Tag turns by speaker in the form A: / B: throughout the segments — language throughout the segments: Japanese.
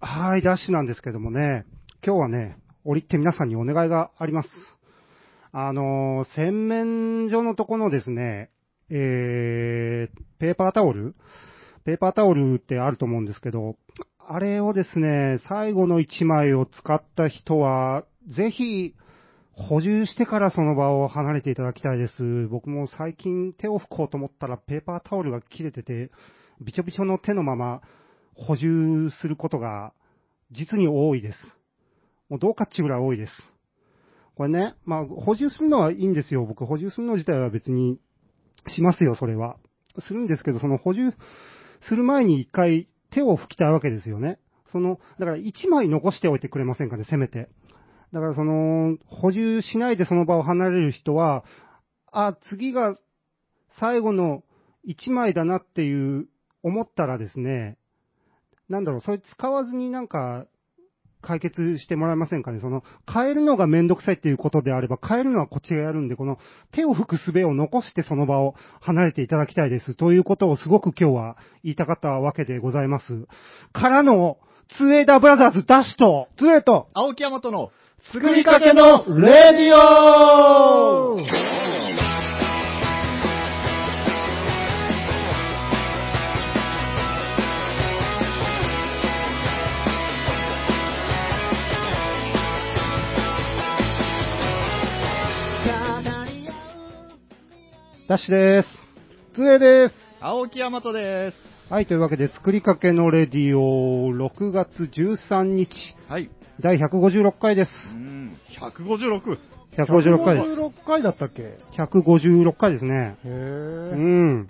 A: はい、ダッシュなんですけどもね、今日はね、折りって皆さんにお願いがあります。あのー、洗面所のとこのですね、えー、ペーパータオルペーパータオルってあると思うんですけど、あれをですね、最後の1枚を使った人は、ぜひ、補充してからその場を離れていただきたいです。僕も最近手を拭こうと思ったらペーパータオルが切れてて、びちょびちょの手のまま補充することが実に多いです。もうどうかっちゅうぐらい多いです。これね、まあ補充するのはいいんですよ。僕補充するの自体は別にしますよ、それは。するんですけど、その補充する前に一回手を拭きたいわけですよね。その、だから一枚残しておいてくれませんかね、せめて。だからその、補充しないでその場を離れる人は、あ、次が最後の1枚だなっていう思ったらですね、なんだろう、それ使わずになんか解決してもらえませんかね。その、変えるのがめんどくさいっていうことであれば、変えるのはこっちがやるんで、この手を拭く術を残してその場を離れていただきたいです。ということをすごく今日は言いたかったわけでございます。からの、ツエダブラザーズダッシュと、
B: ツエと、青木山との、
C: 作りかけのレディオ
A: ダッシュです。
C: つえです。
B: 青木大和です。
A: はい、というわけで、作りかけのレディオ、6月13日。
B: はい。
A: 第156回です。
B: うん、156。
A: 156回です。
C: 156回だったっけ
A: ?156 回ですね。。
C: へえ。うん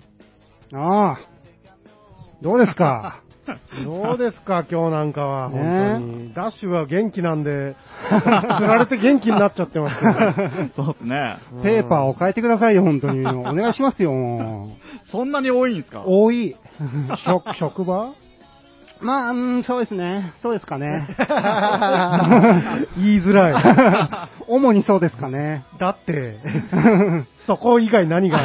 A: ああ。どうですか
C: どうです か、今日なんかは、ね、本当に。ダッシュは元気なんで、釣られて元気になっちゃってます、
B: ね、そうですね。
A: ペーパーを変えてくださいよ、本当に。お願いしますよ。
B: そんなに多いんですか
A: 多い。
C: 職、職場
A: まあ、うん、そうですね。そうですかね。
C: 言いづら
A: い。主にそうですかね。
C: だって、そこ以外何が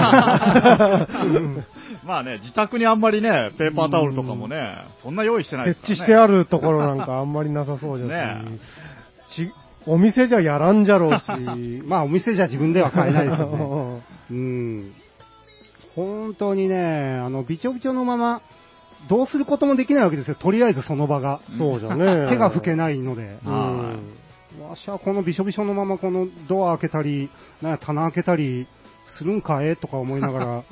C: あ
B: るまあね、自宅にあんまりね、ペーパータオルとかもね、そんな用意してない
C: です、ね、設置してあるところなんかあんまりなさそうじゃないねちお店じゃやらんじゃろ うし。
A: まあお店じゃ自分では買えないですよ ね。うん。本当にね、あの、びちょびちょのまま、どうすることもできないわけですよ、とりあえずその場が。
C: そうじゃね。
A: 手が拭けないので。うん。わしはこのびしょびしょのままこのドア開けたり、な棚開けたりするんかえとか思いながら、い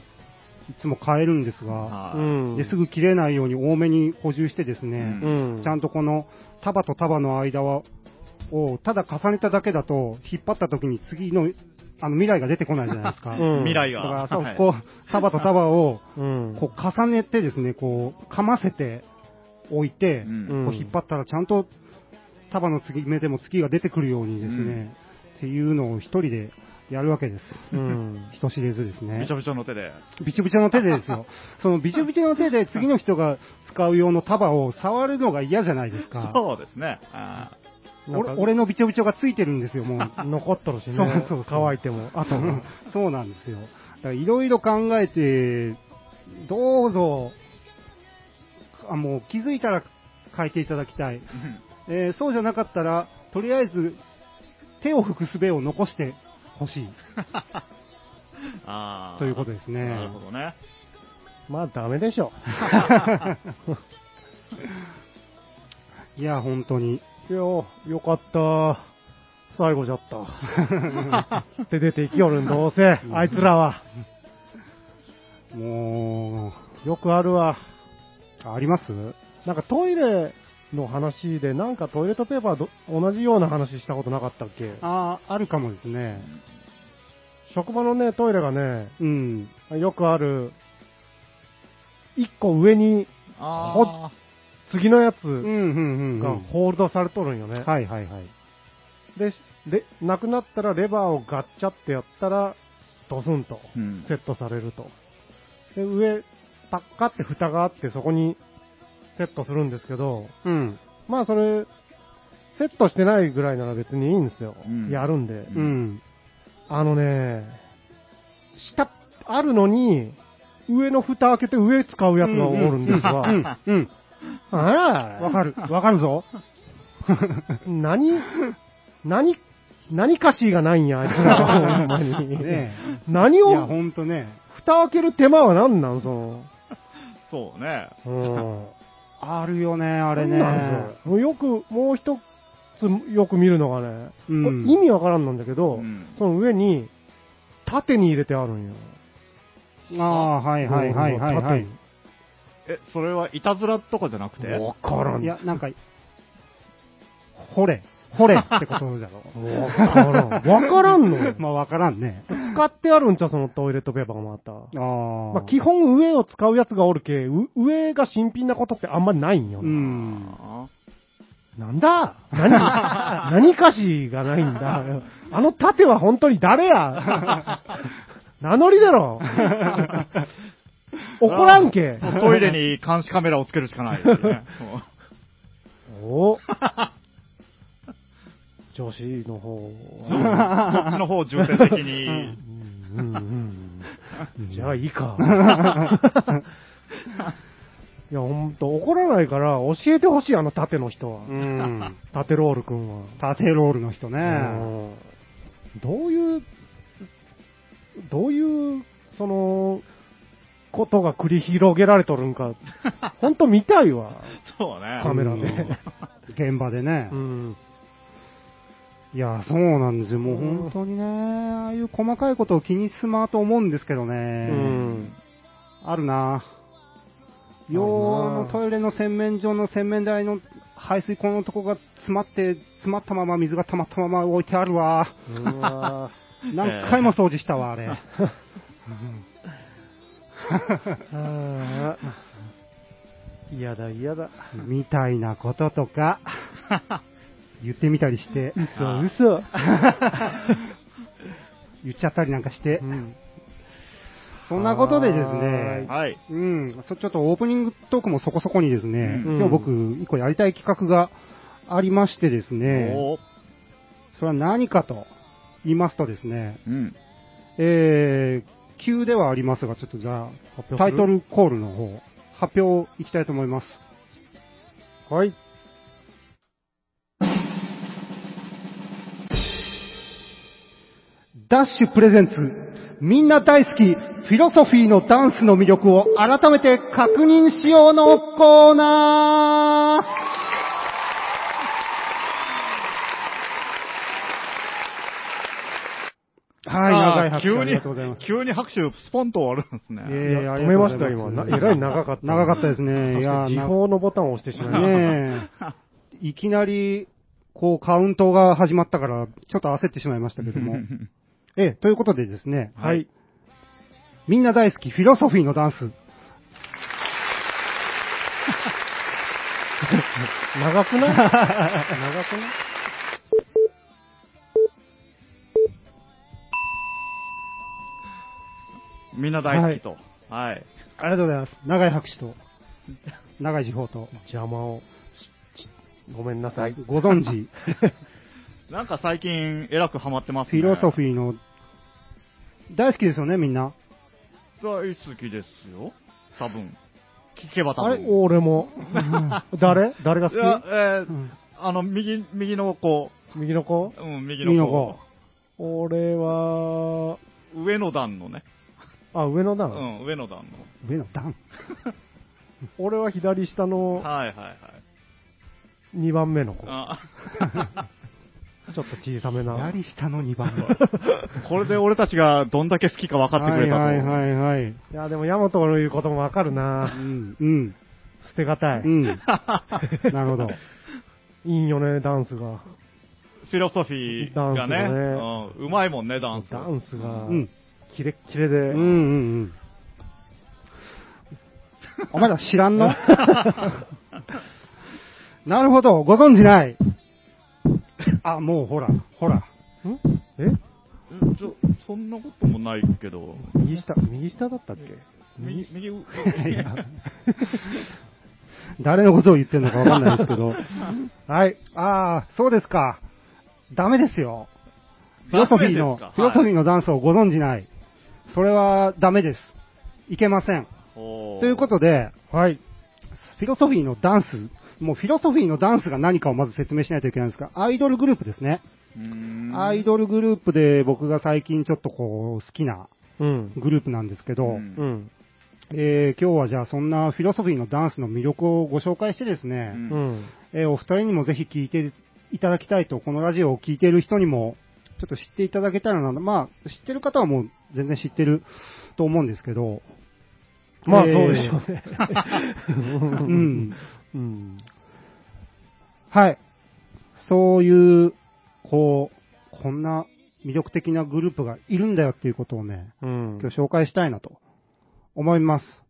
A: つも変えるんですが、ですぐ切れないように多めに補充してですね、うん、ちゃんとこの束と束の間を、ただ重ねただけだと、引っ張った時に次のあの未来が出てこないじゃないですか。
B: うん、未来が。
A: だから、そう、こう、束と束を、こう、重ねてですね、こう、噛ませて置いて、うん、こう引っ張ったら、ちゃんと束の継ぎ目でも月が出てくるようにですね、うん、っていうのを一人でやるわけです。うん、人知れずですね。
B: びちょびちょの手で。
A: びちょびちょの手でです よ。そのびちょびちょの手で次の人が使う用の束を触るのが嫌じゃないですか。
B: そうですね。
A: 俺,俺のびちょびちょがついてるんですよ、も う。
C: 残っとるしね。そうそうそう乾いて も。
A: あと、そうなんですよ。だからいろいろ考えて、どうぞ、あもう気づいたら変えていただきたい。えー、そうじゃなかったら、とりあえず、手を拭く術を残してほ しい。
B: あ
A: ということですね。
B: なるほどね。
C: まあ、ダメで しょ。
A: いや、本当に。
C: いや、よかった。最後じゃった。 で出ていきよるん、どうせ、あいつらは。
A: も
C: う、よくあるわ。
A: あります
C: なんかトイレの話で、なんかトイレットペーパー同じような話したことなかったっけ
A: ああ、あるかもですね。
C: 職場のね、トイレがね、
A: うん、
C: よくある、一個上に、
B: あ
C: 次のやつが
A: ホ
C: ールドされとるんよね。
A: はいはいはい。
C: で、で、なくなったらレバーをガッチャってやったら、ドスンとセットされると。で、上、パッカって蓋があってそこにセットするんですけど、
A: うん、。
C: まあそれ、セットしてないぐらいなら別にいいんですよ。うん、やるんで、うんあのね、下、あるのに、上の蓋開けて上使うやつがおるんですわ。
A: うん
C: ああ
A: わかる。わかるぞ。
C: 何、何、何かしがないんや、あいつ ら。ほんまに。
A: ねえ。
C: 何
A: いや、
C: を、
A: ほんとね。
C: 蓋開ける手間は何なん、その。
B: そうね。
C: うん。
A: あるよね、あ
C: あ
A: れね。
C: もうよく、もう一つよく見るのがね、
A: うん
C: これ意味わからんなんだけど、
B: うん
C: その上に、縦に入れてあるんよ。
A: ああ、はいはいはいはいは
C: ボールの
A: い。
B: え、それはいたずらとかじゃなくて
C: わからん。
A: いや、なんか、掘れ、掘れってことじゃろ。。
C: わからん。わからんのよ
A: まあ、わからんね。
C: 使ってあるんちゃ、そのトイレットペーパーがまた。
A: ああ。
C: まあ、基本上を使うやつがおるけ、う上が新品なことってあんまりないんよ
A: う
C: な。
A: ん。
B: あ
C: なんだ何何かしがないんだ。あの盾は本当に誰や名乗りだろ怒らんけ
B: もうトイレに監視カメラをつけるしかないです ね。も
C: お女子の方
B: うそう
C: は。
B: こっちの方を重点的に。
C: うんうんうんじゃあいいか。いや、ほんと、怒らないから、教えてほしい、あの盾の人は。
A: うん。
C: 縦ロール君は。
A: 縦ロールの人ね。
C: うんどういう、どういう、その、ことが繰り広げられとる んか、ほんと見たいわ。
B: そうね。
C: カメラで
A: うん。現場でね
C: う。ん。
A: いや、そうなんですよ。もう本当にね、ああいう細かいことを気にすまと思うんですけど
C: う
A: ね。
C: ん。
A: あるな
C: るな
A: 用のトイレの洗面所の洗面台の排水口のとこが詰まって、詰まったまま水が溜まったまま置いてあるわ。
C: うわ
A: 何回も掃除したわ、あれ。
C: ぁ あー嫌だ、嫌だ。
A: みたいなこととか、言ってみたりして、
C: 嘘、嘘。
A: 言っちゃったりなんかして
C: う、ん
A: そんなことでです
C: は
A: ね、
B: はい。
A: うん、そちょっとオープニングトークもそこそこにですね、
C: うん
A: 今日僕、一個やりたい企画がありましてですね、
B: おー
A: それは何かと言いますとですね、
B: うん。
A: えー、急ではありますが、ちょっとじゃ
C: 発
A: あ、
C: 表
A: タイ
C: する
A: トルコールの方、発表いきたいと思います。
C: はい。
A: ダッシュプレゼンツ、みんな大好き、フィロソフィーのダンスの魅力を改めて確認しようのコーナーはい、長い
B: あー
A: 拍手
B: 急
A: あり
B: に
A: がとうございます。、
B: 急に拍手、スポンと終わるんですね。
A: え
C: い
A: ー
C: や
A: あり
C: 止
A: がと
C: め
A: うご
C: ま
A: ざ
C: し
A: い
C: た、今。な
A: ます
C: えらい長かった。
A: 長かったです ね。いや
C: そして時報のボタンを押してしまいました。
A: ねえ。いきなり、こう、カウントが始まったから、ちょっと焦ってしまいましたけど も。ええ、ということでですね、
C: はい。
A: みんな大好き、フィロソフィーのダンス。
C: 長くない 長くない
B: みんな大好きと。はい。
A: ありがとうございます。長い拍手と、長い時報と、
C: 邪魔をし。しごめんなさい。
A: ご存 知、
B: なんか最近、えらくハマってます
A: フ
B: ね。
A: ィロソフ
B: ィー。
A: ィーの、大好きですよね、みんな。
B: 大好きですよ。多分。聞けば多
C: あ
B: 分。
C: れ俺も。誰誰が
B: いや
C: 好、
B: えー
A: うん
B: あの、右、右の子。
C: き右の子
B: うん、右
A: みの
B: の
A: こ
B: 子。。
C: 俺は、
B: 上の段のね。
C: あ、上の
B: う
C: 段。
B: ん、上の段
A: 上の段。
C: 俺は左下
B: の。
C: の
B: はいはいはい。
C: 2番目の子。ちょ
B: あ
C: っと小さめな。
A: 左下の2番目。
B: これで俺たちがどんだけ好きか分かってくれたと。
A: はいはいはいはい。
C: いや、でも、ヤマトの言うこともわかる
A: う
C: な。
A: ん、うん、
C: 捨てがた い。
A: うん。 なるほど。
C: いいんよね、ダンスが。
B: フィロソフィーがね
C: ダンス
B: うん、うまいもんね、ダンス。
C: ダンスが
A: うん。、
C: キレッキレ
A: う
C: で
A: んう。んうん。あ、まだ知らんの なるほど、ご存じない。あ、もうほら、ほら。
C: んえ
B: うんちょそんなこともないけど。
C: 右下、右下だったっけ
B: 右、 右、う
A: 誰のことを言ってるのかわかんないですけど。
C: はい。
A: ああ、そうですか。ダメですよ。フィロソフィーの、
B: ダメですか
A: フィロソフィ
B: は
A: ーのダンスをご存じない。それはダメです。いけません。
B: おー
A: ということで、
C: はい。
A: フフィロソフィーのダンス、もうフィロソフィーのダンスが何かをまず説明しないといけないんですが、アイドルグループですね。アイドルグループで僕が最近ちょっとこう、好きな
C: うん。
A: グループなんですけど、
B: うん
C: うん。
A: えー今日はじゃあそんなフィロソフィーのダンスの魅力をご紹介してですね、
B: うん
C: うん。
A: えーお二人にもぜひ聞いていただきたいと、このラジオを聞いている人にも、ちょっと知っていただけたらな、まあ、知ってる方はもう全然知ってると思うんですけ ど、
C: まあ、そ
A: えー
C: うでしょうね。
A: う。
C: うんうん。
A: はい。そういう、こう、こんな魅力的なグループがいるんだよっていうことをね、
C: うん。
A: 今日紹介したいなと思います。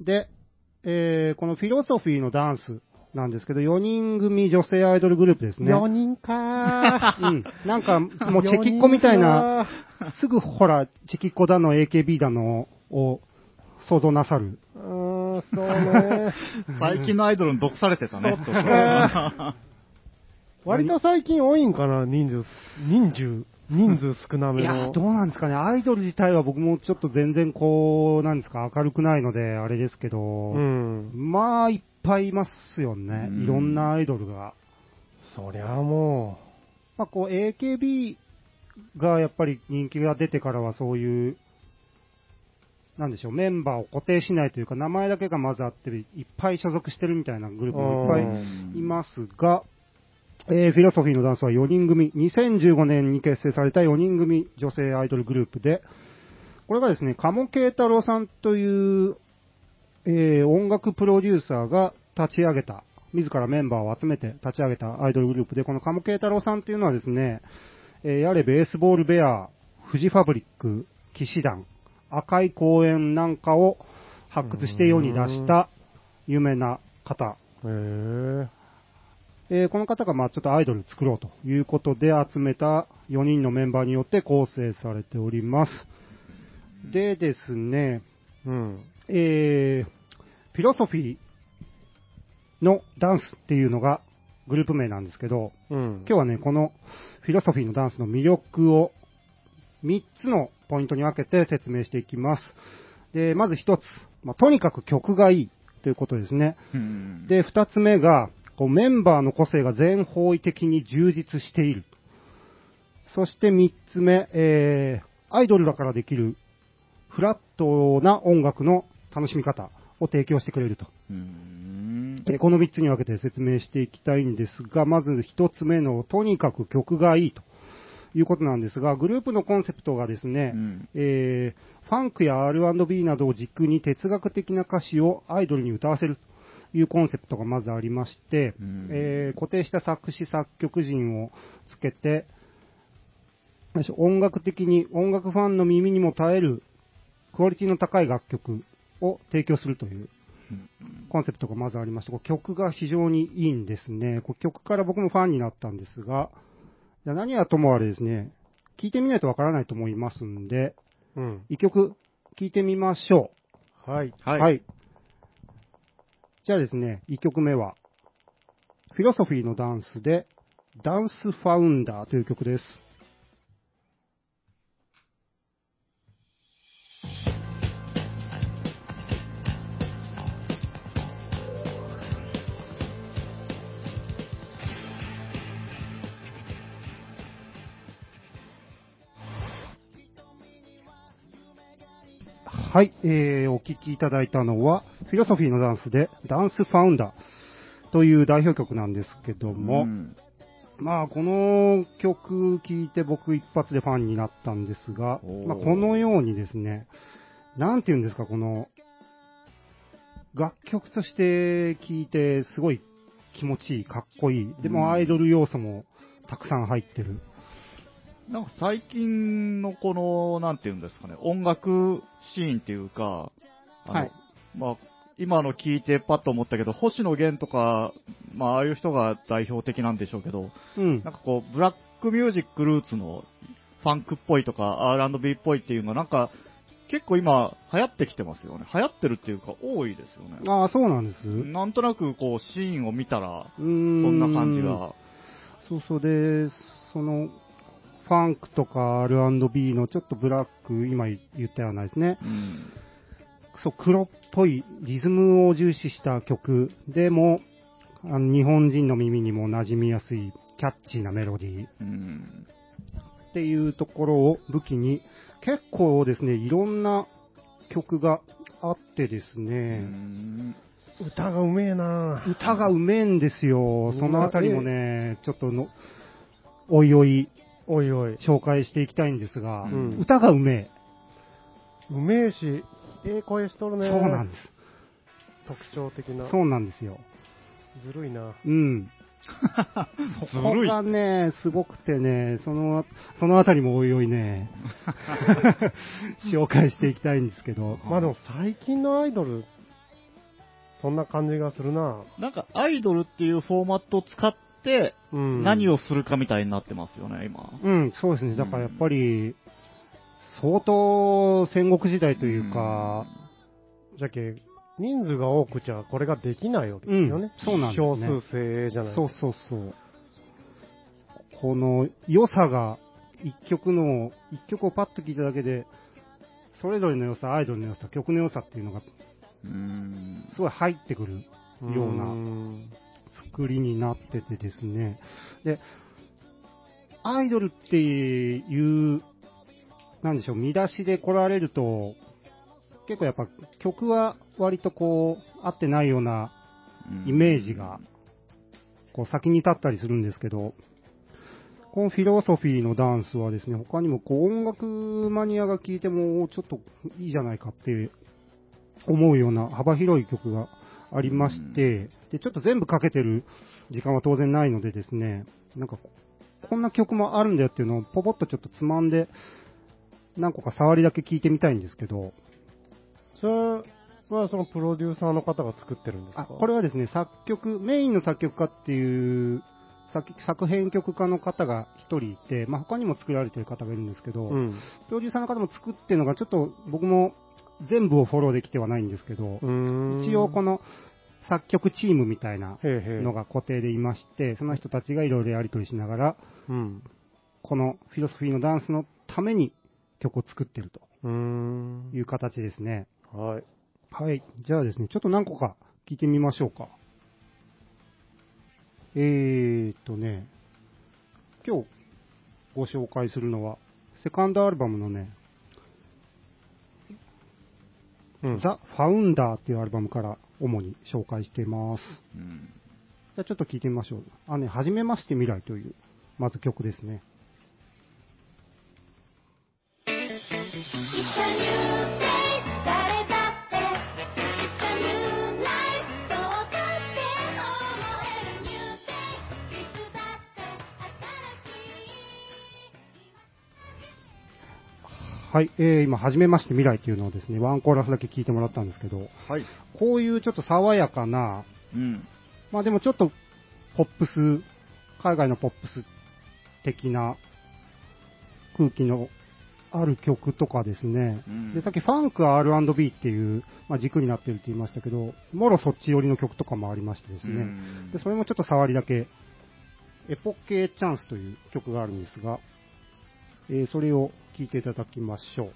A: で、えーこのフィロソフィーのダンスなんですけど、4人組女性アイドルグループですね。
C: 4人 か
A: うん。なんか、
C: ー。
A: もうチェキっ子みたいな、すぐほら、チェキっ子だの、AKB だのを想像なさる。
C: 4人かー。うーん、そうね。
B: 最近のアイドルに毒されてたね。
C: 割と最近多いんかな、人数。人数。人数少なめ
A: い
C: の。
A: や、どうなんですかね。アイドル自体は僕もちょっと全然こう、なんですか、明るくないので、あれですけど、
C: うん。
A: まあ、いっぱいいますよね。
B: うん
A: いろんなアイドルが。
C: そりゃも
A: まあ、こう、AKB がやっぱり人気が出てからはそういう、なんでしょう、メンバーを固定しないというか、名前だけがまずあって、いっぱい所属してるみたいなグループもいっぱいいますが、えーフィロソフィーのダンスは4人組、2015年に結成された4人組女性アイドルグループで、これがですね、鴨慶太郎さんという、えー音楽プロデューサーが立ち上げた、自らメンバーを集めて立ち上げたアイドルグループで、この鴨慶太郎さんっていうのはですね、えーやれベースボールベア、フジファブリック、騎士団、赤い公園なんかを発掘して世に出した有名な方
C: う。へえ。
A: えーこの方がまあちょっとアイドル作ろうということで集めた4人のメンバーによって構成されております。でですね、
C: うん。
A: えー、フィロソフィーのダンスっていうのがグループ名なんですけど、
C: うん。
A: 今日はね、このフィロソフィーのダンスの魅力を3つのポイントに分けて説明していきます。で、まず1つ、まあとにかく曲がいいということですね。
B: で、
A: で、二つ目が、こうメンバーの個性が全方位的に充実している。そして三つ目、えー、アイドルだからできるフラットな音楽の楽しみ方を提供してくれると。
B: うん
A: えーこの三つに分けて説明していきたいんですが、まず一つ目の、とにかく曲がいいということなんですが、グループのコンセプトがですね、
B: うん
A: えーファンクや R&B などを軸に哲学的な歌詞をアイドルに歌わせるというコンセプトがまずありまして、
B: うん
A: えー固定した作詞作曲陣をつけて、よいしょ音楽的に、音楽ファンの耳にも耐えるクオリティの高い楽曲を提供するというコンセプトがまずありまして、こう曲が非常にいいんですね。こう曲から僕もファンになったんですが、じゃあ何はともあれですね、聞いてみないとわからないと思いますんで、
C: うん。
A: 一曲聞いてみましょ
C: はい。
A: う。
B: はい。
A: じゃあですね、一曲目は、フィロソフィーのダンスで、ダンスファウンダーという曲です。はい、えー、お聴きいただいたのは、フィロソフィーのダンスで、ダンスファウンダーという代表曲なんですけども、
B: うん
A: まあ、この曲聴いて僕一発でファンになったんですが
B: お、ー
A: まあ、このようにですね、なんて言うんですか、この、楽曲として聴いてすごい気持ちいい、かっこいい。で
B: うん
A: もアイドル要素もたくさん入ってる。
B: なんか最近のこの、なんていうんですかね、音楽シーンっていうか、あの
A: はい
B: まあ、今の聞いてパッと思ったけど、星野源とか、まあ、ああいう人が代表的なんでしょうけど、
A: うん
B: な。んかこう、ブラックミュージックルーツのファンクっぽいとか、R&B っぽいっていうのが、なんか、結構今、流行ってきてますよね。流行ってるっていうか、多いですよね。
A: ああ、そうなんです。
B: なんとなく、こう、シーンを見たら、
A: そ
B: そ
A: ん
B: んな感じが。
A: そうそうで、その、ファンクとか R&B のちょっとブラック、今言ったようなですね、
B: うん。
A: そう、黒っぽいリズムを重視した曲でも、あの日本人の耳にも馴染みやすいキャッチーなメロディー
B: うん。
A: っていうところを武器に、結構ですね、いろんな曲があってです
B: う
A: ね、
B: ん
C: 歌がうめえな
A: 歌がうめえんですよ。
C: ん
A: そのあたりもね、ちょっとの、おいおい
C: おいおい。
A: 紹介していきたいんですが、
B: うん
A: 歌がうめ
C: うめえし、ええ声しとる
A: え。
C: ね。
A: そうなんです。
C: 特徴的な。
A: そうなんですよ。
C: ずるいな。
A: うん。
B: ず
A: こ
B: る
A: れ
B: い。
A: がね、すごくてね、その、そのあたりもおいおい ね、紹介していきたいんですけど、
C: まあでも最近のアイドル、そんな感じがするな
B: なんかアイドルっていうフォーマットを使って
C: うん。
B: 何
C: を
B: をするかみたいになってますよね、今。
A: うん、そうですね。だからやっぱり、相当戦国時代というか、
C: じゃけ、人数が多くちゃこれができないわけ
A: う
C: ですよ
A: ん
C: ね、。
A: そうなんです
C: 少
A: ね。
C: 数精鋭じゃない。
A: そうそうそう。この良さが、一曲の、一曲をパッと聴いただけで、それぞれの良さ、アイドルの良さ、曲の良さっていうのが、
B: うん。うん
A: すごい入ってくる
C: ん
A: ような作りになっててですね。で、アイドルっていう、なんでしょう、見出しで来られると、結構やっぱ曲は割とこう、合ってないようなイメージが。こう先に立ったりするんですけど、このフィロソフィーのダンスはですね、他にもこう音楽マニアが聴いても、おちょっといいじゃないかって思うような幅広い曲がありまして、で、ちょっと全部かけてる時間は当然ないのでですね、なんかここんな曲もあるんだよっていうのをポポッとちょっとつまんで、何個か触りだけ聞いてみたいんですけど、
C: それはそのプロデューサーの方が作ってるんですか
A: あこれはですね、作曲、メインの作曲家っていう、作作編曲家の方が一人いて、まあ、他にも作られてる方がいるんですけど、
C: うん。
A: プロデューサーの方も作ってるのが、ちょっと僕も全部をフォローできてはないんですけど
C: う、ーん
A: 一応この作曲チームみたいな
C: へえへえ。
A: のが固定でいまして、その人たちがいろいろやり取りしながら、
C: うん。
A: このフィロソフィーのダンスのために曲を作ってると
C: うーん
A: い。う形ですね。
C: はい。
A: はい。じゃあですね、ちょっと何個か聞いてみましょうか。えーっとね、今日ご紹介するのは、セカンドアルバムのね、
C: うん。
A: ザ・ファウンダーっていうアルバムから主に紹介してます。
B: うん
A: じゃあちょっと聞いてみましょう。あ、ね、はじめまして未来という、まず曲ですね。
D: It's a new day, 誰だって It's a new night, そうだって思える New day, いつだって新し
A: は
D: い
A: い、えー、今、はじめまして未来っていうのをですね、ワンコーラスだけ聞いてもらったんですけど、
B: はい。
A: こういうちょっと爽やかな、
B: うん。
A: まあでもちょっと、ポップス、海外のポップス的な空気のある曲とかですね。
B: うん
A: で、さっきファンクは R&B っていう、まあ、軸になってるって言いましたけど、もろそっち寄りの曲とかもありましてです
B: う
A: ね。
B: ん
A: で、それもちょっと触りだけ、エポケチャンスという曲があるんですが、えーそれを聴いていただきましょう。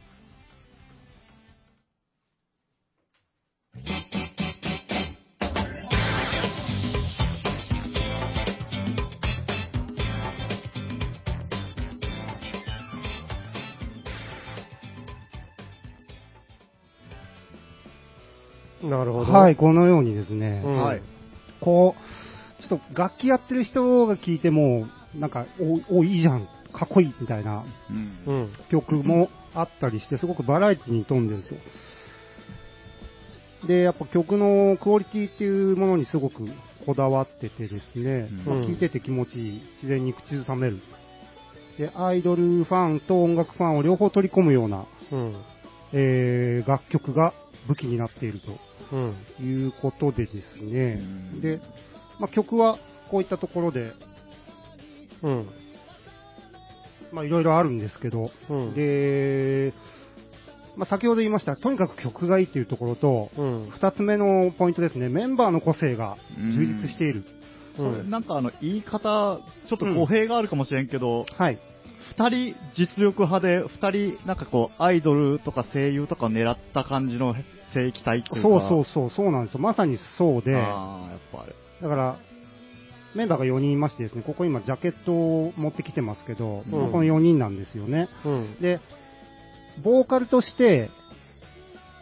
C: なるほど。
A: はい、。このようにですね、
C: うん
B: はい。
A: こう、ちょっと楽器やってる人が聴いても、なんか、お、お、いいじゃん、かっこいいみたいな
B: うん
C: うん。
A: 曲もあったりして、すごくバラエティに富んでると。で、やっぱ曲のクオリティっていうものにすごくこだわっててですね、
B: うん
A: まあ、聴いてて気持ちいい、自然に口ずさめる。で、アイドルファンと音楽ファンを両方取り込むような、
C: うん。
A: えー楽曲が武器になっている
C: うん。
A: ということでですね、
B: うん
A: で、まあ、曲はこういったところで、
C: うん。
A: まあ、いろいろあるんですけど、
C: うん。、
A: で、まあ、先ほど言いました、とにかく曲がいいというところと、
C: うん。
A: 2つ目のポイントですね、メンバーの個性が充実している。
C: う
B: これ
C: ん。
B: なんかあの、言い方、ちょっと語弊があるかもしれんけど、
A: はい。
B: 2人実力派で、2人なんかこう、アイドルとか声優とか狙った感じの正規体っていうか。
A: そうそうそう、そうなんですよ。まさにそうで、だ
B: ああ、やっぱあれ。
A: から、メンバーが4人いましてですね、ここ今ジャケットを持ってきてますけど、
B: うん
A: まあこの4人なんですよね。
C: うん。
A: で、ボーカルとして、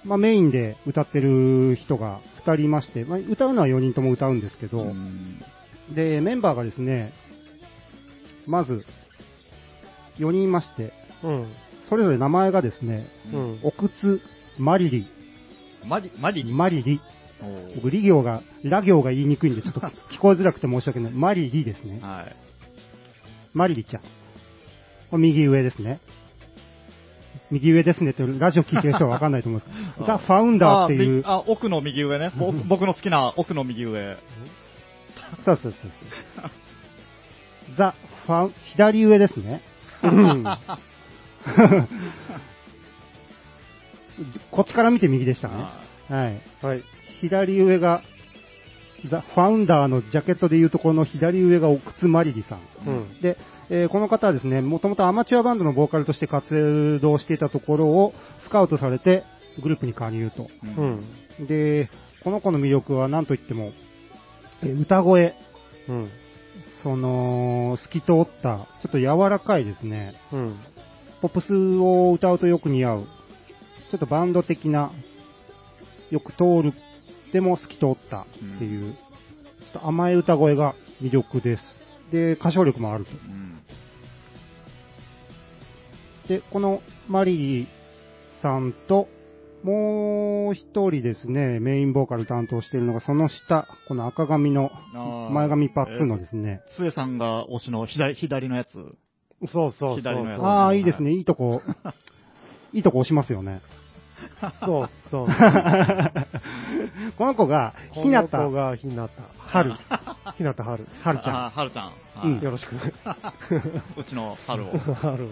A: まあ、メインで歌ってる人が2人いまして、まあ、歌うのは4人とも歌うんですけど、
B: ん
A: で、メンバーがですね、まず、4人いまして、
C: うん。
A: それぞれ名前がですね、
C: うん。
A: 奥津、マリリ、
B: マリ、マリ
A: マリリ、
B: おー
A: 僕、リ行が、ラ行が言いにくいんで、ちょっと聞こえづらくて申し訳ない。マリリですね。
B: はい。
A: マリリちゃん。これ右上ですね。右上ですねって、ラジオ聞いてる人はわかんないと 思うんですけど、ザ・ファウンダーっていう、
B: あ、みあ奥の右上ね。ぼ僕の好きな奥の右上。
A: そうそうそうそう。ザ・ファウ、左上ですね。うん。 こっちから見て右でしたね。
B: は
A: はい。
C: はい。
A: 左上が、ザ・ファウンダーのジャケットでいうところの左上が奥津まりりさん。
C: うん。
A: で、えーこの方はですね、もともとアマチュアバンドのボーカルとして活動していたところをスカウトされてグループに加入と。
B: う。
C: うんん。
A: で、この子の魅力は何といっても、えー歌声、
C: うん。
A: その、透き通った、ちょっと柔らかいですね、
C: うん。
A: ポップスを歌うとよく似合う、ちょっとバンド的な、よく通る、でも透き通ったっていう、ちょっと甘い歌声が魅力です。で、歌唱力もあると。
B: うん
A: で、このマリーさんと、もう一人ですね、メインボーカル担当しているのが、その下、この赤髪の、
B: あー
A: 前髪パッツンのですね。
B: つえさんが推しの左左のやつ。
C: そうそうそうそ
B: 左のやつ
C: う。
A: ああ、いいですね、いいと こ、いいとこ押しますよね。
C: そうそう。
A: この子が、ひな
C: この
A: た
C: 子、がひなた。 春。ひなた春。
A: はるちゃん。
B: あーはるちゃん。は
A: う
B: い
A: ん
C: よろしく。
B: うちの春を。
C: 春を。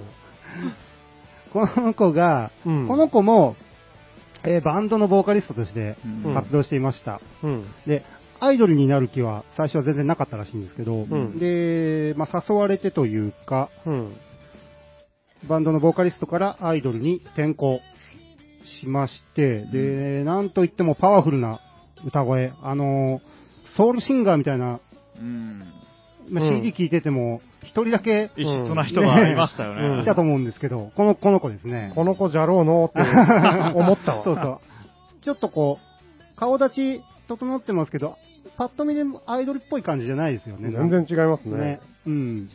A: この子が、
C: うん
A: この子も、えーバンドのボーカリストとして
B: うん
A: 活動していました。
C: うん。
A: で、アイドルになる気は最初は全然なかったらしいんですけど、
C: ん
A: で、まあ、誘われてというか、
C: うん。
A: バンドのボーカリストからアイドルに転向しまして、で、なんといってもパワフルな歌声、あのーソウルシンガーみたいな、
B: うん。
A: まあ
C: うん
A: CD 聴いてても、一人だけ
B: 異質な人がいましたよね。
C: うん
A: いたと思うんですけど、この、この子ですね。
C: この子じゃろうのっ て思ったわ。
A: そうそう。ちょっとこう、顔立ち整ってますけど、パッと見でアイドルっぽい感じじゃないですよね。
C: 全然違いますね。
A: ね。うん。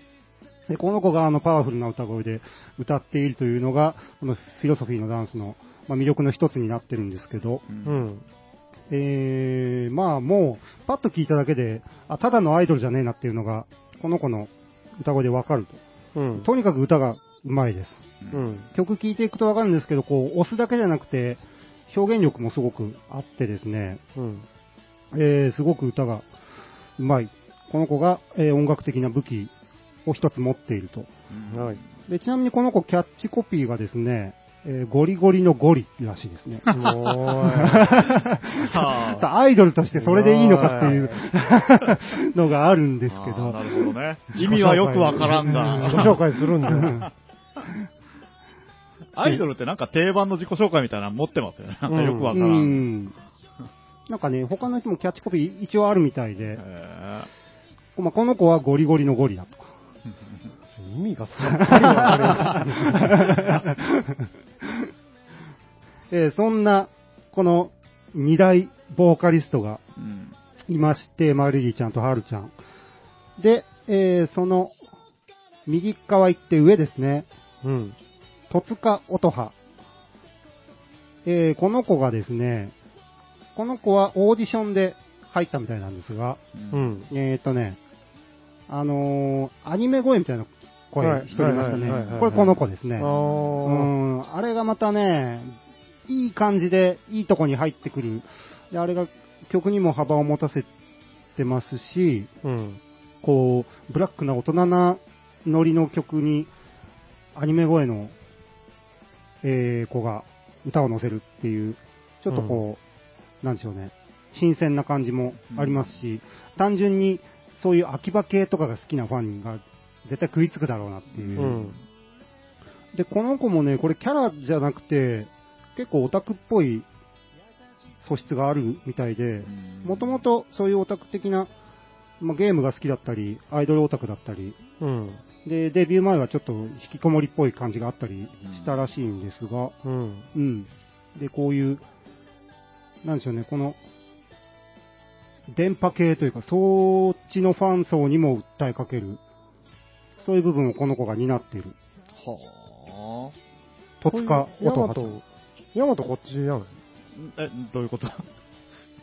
A: で、この子があのパワフルな歌声で歌っているというのが、このフィロソフィーのダンスの、まあ、魅力の一つになってるんですけど、
B: うん
C: うん。
A: えー、まあもう、パッと聞いただけで、あ、ただのアイドルじゃねえなっていうのが、この子の歌声でわかる
C: うん
A: と。。とにかく歌がうまいです。
C: うん。
A: 曲聴いていくとわかるんですけど、こう、押すだけじゃなくて、表現力もすごくあってですね、
C: うん。
A: えー、すごく歌がうまい。この子が、えー音楽的な武器を一つ持っていると。
B: うん
C: はい。
A: で、ちなみにこの子キャッチコピーがですね、えーゴリゴリのゴリらしいです ね。
C: も
B: さあ
A: さあアイドルとしてそれでいいのかっていうのがあるんですけ
B: あーな
A: ど、
B: るほどね。意味はよくわからん
C: う、
B: が。
C: 自己紹介するんだよ。
B: アイドルってなんか定番の自己紹介みたいなの持ってますよね。なんかよくわ
A: う
B: からん。
A: ん。なんかね、他の人もキャッチコピー一応あるみたいで、
B: へ
A: まあ、この子はゴリゴリのゴリだと。
C: 意味がさっぱりわかる。
A: えーそんな、この二大ボーカリストが
B: ーうん
A: いまして、マリリーちゃんとハルちゃん。で、えーその、右側行って上ですね、
C: うん。
A: 戸塚音葉。えーこの子がですね、この子はオーディションで入ったみたいなんですが、
C: う
B: うん
C: ん。
A: えーっとね、あのーアニメ声みたいな
C: は
A: 声
C: い
A: しておりました
C: はいはいはいは
A: ね。
C: い
A: これこの子ですね。
C: あ
A: う
C: ー
A: ん、あれがまたね、いい感じで、いいとこに入ってくる。で、あれが曲にも幅を持たせてますし、
C: うん。
A: こう、ブラックな大人なノリの曲に、アニメ声の、えー子が歌を乗せるっていう、ちょっとこう、なんでしょうね、新鮮な感じもありますし、単純にそういう秋葉系とかが好きなファンが絶対食いつくだろうなっていうう、
C: ん。
A: で、この子もね、これキャラじゃなくて、結構オタクっぽい素質があるみたいで、もともとそういうオタク的な、まあ、ゲームが好きだったり、アイドルオタクだったり、
C: うん。
A: で、デビュー前はちょっと引きこもりっぽい感じがあったりしたらしいんですが、
C: うん。
A: うん。で、こういう、なんでしょうね、この、電波系というか、そっちのファン層にも訴えかける。そういう部分をこの子が担っている。
B: は
A: 戸塚
C: ヤ
A: 音
C: マ
A: 初
C: ト。、ヤマトこっちじゃない
B: あ。え、どういうこと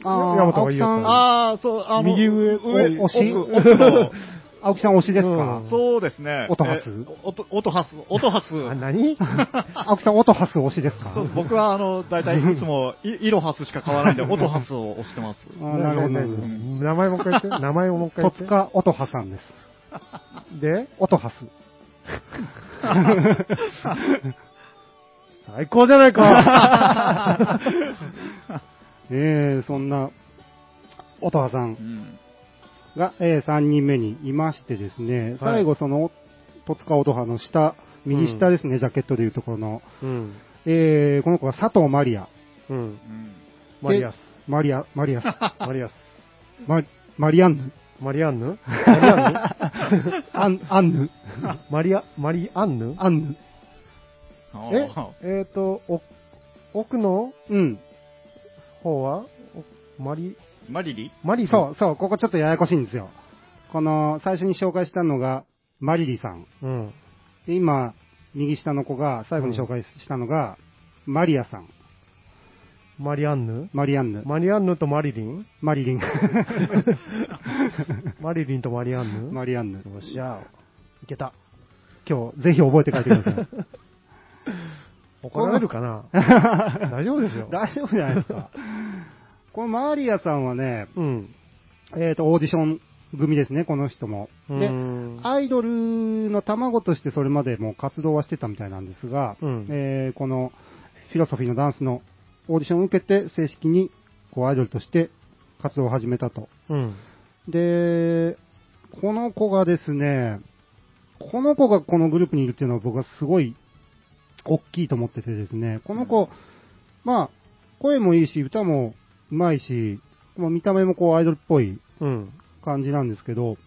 A: あー
C: ヤマトがいいやつ
A: 青
B: ああ、そう、あの、
C: 右上
B: 上、
A: お推し
B: 奥奥の
A: 木さん、青木さん推しです
C: う
A: か
C: ん
B: そうですね。
A: 音ハス
B: え音音ハス、音ハス。
C: あ、何
A: 青木さん、音ハス推しですか
B: そう僕はあの、だいたいいつも、い色ハスしか買わない んで、音ハスを押してます。
A: あーなるほどなるほ
C: 何 名前もう一回 言って。名前をもう一回
A: ど。
C: 言っ
A: 戸
C: て。
A: 塚音ハさんです。
C: で、
A: 音 ハス。
C: 最高じゃないか。
A: えー、そんな、音ハさん
B: うん。
A: が、え3人目にいましてですね、
C: はい
A: 最後その、戸塚音羽の下、右下ですね、ジャケットでいうところの、
C: うん。
A: えー、この子が佐藤マリア。
C: うん。
B: うん。
C: マリアス。
A: マリア、マリア ス。
C: マリアス。
A: ママリア ンヌ。
C: マリア ンヌマリアンヌ
A: アン、アンヌ。
C: マリア、マリアンヌ
A: アン
C: え
B: あー
C: えっ、と、お奥の
A: ヌ。うん。
C: 方は、おマリ、
B: マリリ
C: マリ
A: そう、そう、ここちょっとややこしいんですよ。この、最初に紹介したのが、マリリさん。
C: う。うん。
A: で、今、右下の子が、最後に紹介したのが、マリアさん。
C: マリアンヌ
A: マリアンヌ。
C: マリアンヌとマリリン
A: マ リリン。
C: マリリンとマリアンヌ
A: マリアンヌ。
C: よっしゃ、いけた。
A: 今日、ぜひ覚えて帰ってください。
C: 怒られるかな 大丈夫ですよ。
A: 大丈夫じゃないですか。このマーリアさんはね、
C: うん。
A: えっ、と、オーディション組ですね、この人も。
C: う
A: で、
C: ん
A: アイドルの卵としてそれまでもう活動はしてたみたいなんですが、
C: うん
A: えーこのフィロソフィーのダンスのオーディションを受けて正式にこうアイドルとして活動を始めたと。
C: うん。
A: で、この子がですね、この子がこのグループにいるっていうのは僕はすごい大きいと思っててですね、この子、まあ、声もいいし、歌もうまいし、まあ見た目もこうアイドルっぽい
C: うん。
A: 感じなんですけど、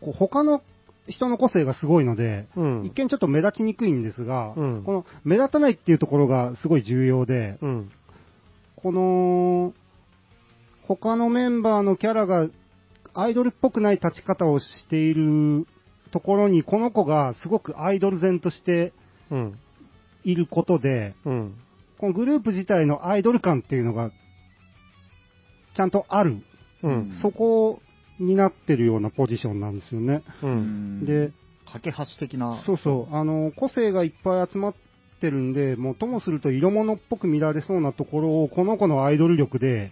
A: こう他の人の個性がすごいので、
C: うん。
A: 一見ちょっと目立ちにくいんですが、
C: うん
A: この目立たないっていうところがすごい重要で、
C: うん。
A: この、他のメンバーのキャラがアイドルっぽくない立ち方をしているところに、この子がすごくアイドル前として
C: うん。
A: いることで、
C: うん。
A: このグループ自体のアイドル感っていうのが、ちゃんとある。
C: うん。
A: そこを担ってるようなポジションなんですよね。
C: う。
B: うんん
A: で、
B: 架け橋的な。
A: そうそう、あの、個性がいっぱい集まってるんで、もうともすると色物っぽく見られそうなところを、この子のアイドル力で、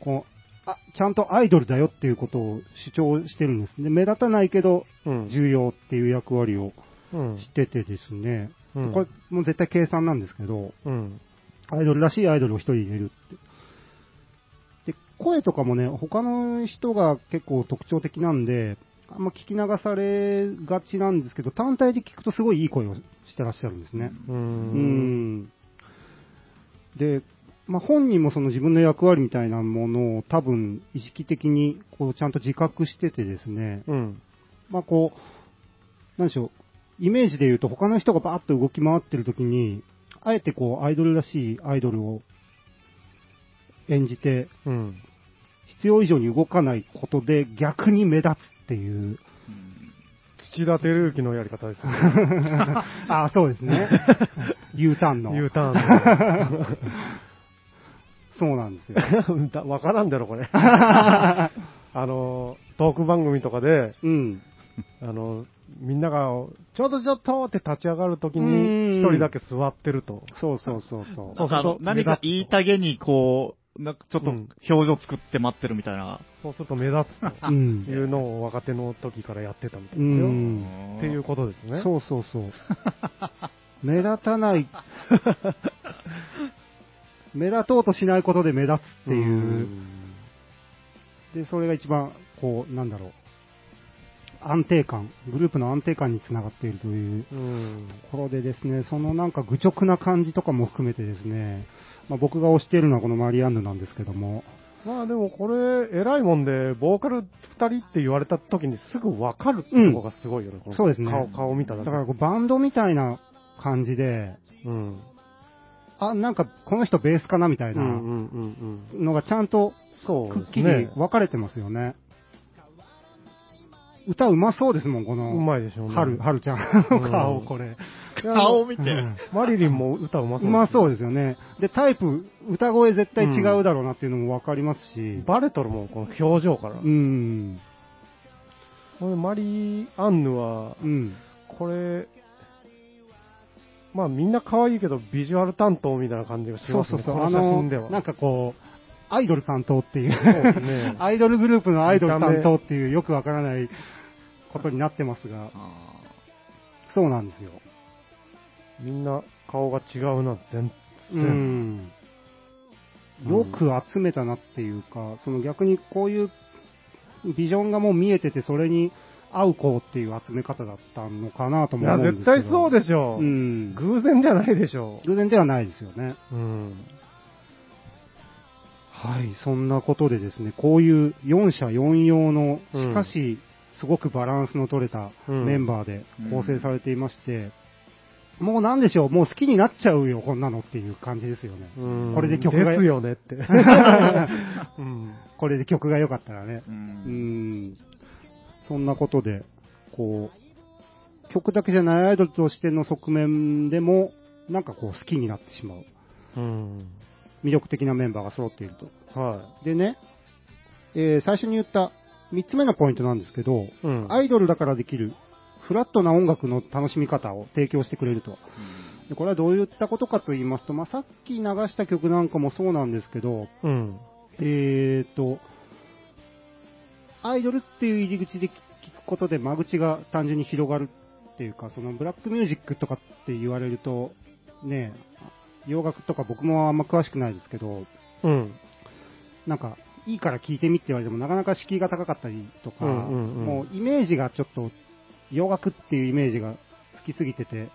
A: こう、あ、ちゃんとアイドルだよっていうことを主張してるんですね。目立たないけど、
C: うん。
A: 重要っていう役割を
C: うん。
A: しててですね、
C: うん
A: これ、もう絶対計算なんですけど、
C: うん。
A: アイドルらしいアイドルを一人入れるって。で、声とかもね、他の人が結構特徴的なんで、あんま聞き流されがちなんですけど、単体で聞くとすごいいい声をしてらっしゃるんですね。
C: う。
A: うんん。で、まあ、本人もその自分の役割みたいなものを多分意識的にこうちゃんと自覚しててですね、
C: うん。
A: まあこう、なんでしょう、イメージで言うと他の人がバーッと動き回ってる時に、あえてこうアイドルらしいアイドルを演じて、
C: うん。
A: 必要以上に動かないことで逆に目立つって いう。
B: うん
C: 土田照之のやり方ですね。
A: ああ、そうですね。U ターンの。
C: U ター
A: そうなんですよ。
C: ンの。 わからんだろ、これ。あの、トーク番組とかで、
A: うん。
C: あの、みんなが、ちょっとちょっとって立ち上がるとき
A: う
C: に、
A: ん
C: 一人だけ座ってると。
A: そうそうそうそう。
C: そうす
B: あ
C: る
B: の
C: と
B: 何か言いたげに、こう、なんかちょっと
C: うん
B: 表情作って待ってるみたいな。
C: そうすると目立つ
A: うん
C: というのを若手の時からやってたみたいうですよ。
A: ん。
C: っていうことですね。
A: そうそう そう。目立たない。目立とうとしないことで目立つっていう。
C: ん
A: で、それが一番、こう、なんだろう。安定感、グループの安定感につながっているという
C: うん。
A: ところでですね、そのなんか愚直な感じとかも含めてですね、まあ、僕が推しているのはこのマリアンヌなんですけども、
C: まあでもこれ、偉いもんで、ボーカル二人って言われた時にすぐわかるってとこがすごいよね、この
A: そうですね
C: 顔、顔見たら。
A: だからこうバンドみたいな感じで、
C: うん。
A: あ、なんかこの人ベースかなみたい
C: うんうん
A: な
C: うんうん。
A: のがちゃんと
C: そう
A: く
C: で
A: っ
C: す
A: きり
C: ね。
A: 分かれてますよね。歌うまそうですもん、こ
C: う
A: の、
C: まいでしょうね。
A: 春、春ちゃんの
C: うん
A: 顔、これ。
B: 顔見て。
A: うん
C: マリリンも歌うまそうう。
A: まそう
C: う。
A: ですよね。で、タイプ、歌声絶対違うだろうなっていうのもわかりますし。
C: バレとるもん、この表情から。
A: うん。
C: これマリアンヌは、
A: うん。
C: これ、まあみんな可愛いけど、ビジュアル担当みたいな感じがし
A: そう
C: ます
A: そう
C: ね。
A: そう。
C: こ
A: あ
C: の写
A: の、
C: 真では。
A: なんかこう、アイドル担当ってい
C: そう
A: う。
C: ですね
A: アイドルグループのアイドル担当っていうよくわからないことになってますが、
B: あ
A: そうなんですよ。
C: みんな顔が違うな、全
A: う
C: うんん。
A: よく集めたなっていうか、その逆にこういうビジョンがもう見えてて、それに合う子っていう集め方だったのかなと
C: い
A: も
C: や、
A: 思うんです
C: 絶
A: けど。
C: 対そうでしょ
A: う。ん。
C: 偶然じゃないでしょ
A: 偶然ではないですよね。
C: う。うん。
A: はい、そんなことでですね、こういう4社4用の、
C: うん
A: しかし、すごくバランスの取れた
C: うん
A: メンバーで
B: うん
A: 構成されていまして、もうなんでしょう、もう好きになっちゃうよ、こんなのっていう感じですよね。
C: うん
A: これで曲が
C: ですよね って。うん。
A: これで曲が良かったらね
B: ーう。。
A: うんん。そんなことで、こう、曲だけじゃないアイドルとしての側面でも、なんかこう好きになってしまう。
C: うん。
A: 魅力的なメンバーが揃っていると。
C: は
A: でね、えー最初に言った3つ目のポイントなんですけど、
C: い。うん。
A: アイドルだからできるフラットな音楽の楽しみ方を提供してくれると。でこれはどういったことかと言いますと、まあ、さっき流した曲なんかもそうなんですけど、
C: うん。
A: えーと、アイドルっていう入り口で聞くことで間口が単純に広がるっていうか、そのブラックミュージックとかって言われると、ね、洋楽とか僕もあんま詳しくないですけど、
C: うん。
A: なんか、いいから聞いてみって言われても、なかなか敷居が高かったりとか、
C: うんうんうん
A: もうイメージがちょっと、洋楽っていうイメージが好きすぎてて、